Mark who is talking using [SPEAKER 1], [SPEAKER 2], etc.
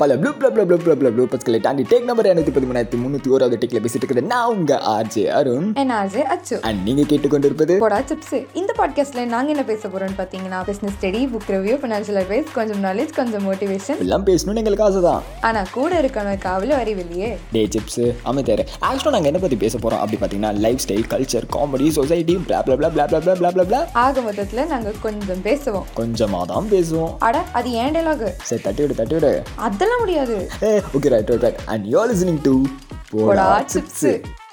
[SPEAKER 1] பல blue blue blue blue blue blue blue பஸ்களை தாண்டி டேக் நம்பர் எனக்கு பதிமூணாயிரத்தி முந்நூற்றி ஓராவது டேக்கில் பேசிட்டு இருக்கிறேன் நான் உங்கள் ஆர்ஜே அருண்
[SPEAKER 2] என் ஆர்ஜே அச்சு
[SPEAKER 1] அண்ட் நீங்கள் கேட்டுக்கொண்டிருப்பது
[SPEAKER 2] போடா சிப்ஸ் இந்த பாட்காஸ்ட்ல நாங்க என்ன பேச போறோம்னு பாத்தீங்கன்னா business study book review financial advice கொஞ்சம் நாலேஜ் கொஞ்சம் மோட்டிவேஷன்
[SPEAKER 1] எல்லாம் பேசணும்னு எங்களுக்கு ஆசை தான்
[SPEAKER 2] ஆனா கூட இருக்கணும் காவல் அறிவில்லையே
[SPEAKER 1] டே சிப்ஸ் அமைத்தார் ஆக்சுவலாக நாங்கள் என்ன பற்றி பேச போகிறோம் அப்படி பார்த்தீங்கன்னா lifestyle culture comedy society blah blah blah blah blah blah blah blah
[SPEAKER 2] ஆக மொத்தத்துல நாங்க கொஞ்சம் பேசுவோம்
[SPEAKER 1] கொஞ்சமாக தான் பேசுவோம்
[SPEAKER 2] அட அது ஏன் டைலாகு
[SPEAKER 1] சரி தட்டி விடு தட்டி விடு
[SPEAKER 2] அதெல்லாம் முடியாது
[SPEAKER 1] ஏ okay right right right and you're listening to
[SPEAKER 2] Poda chips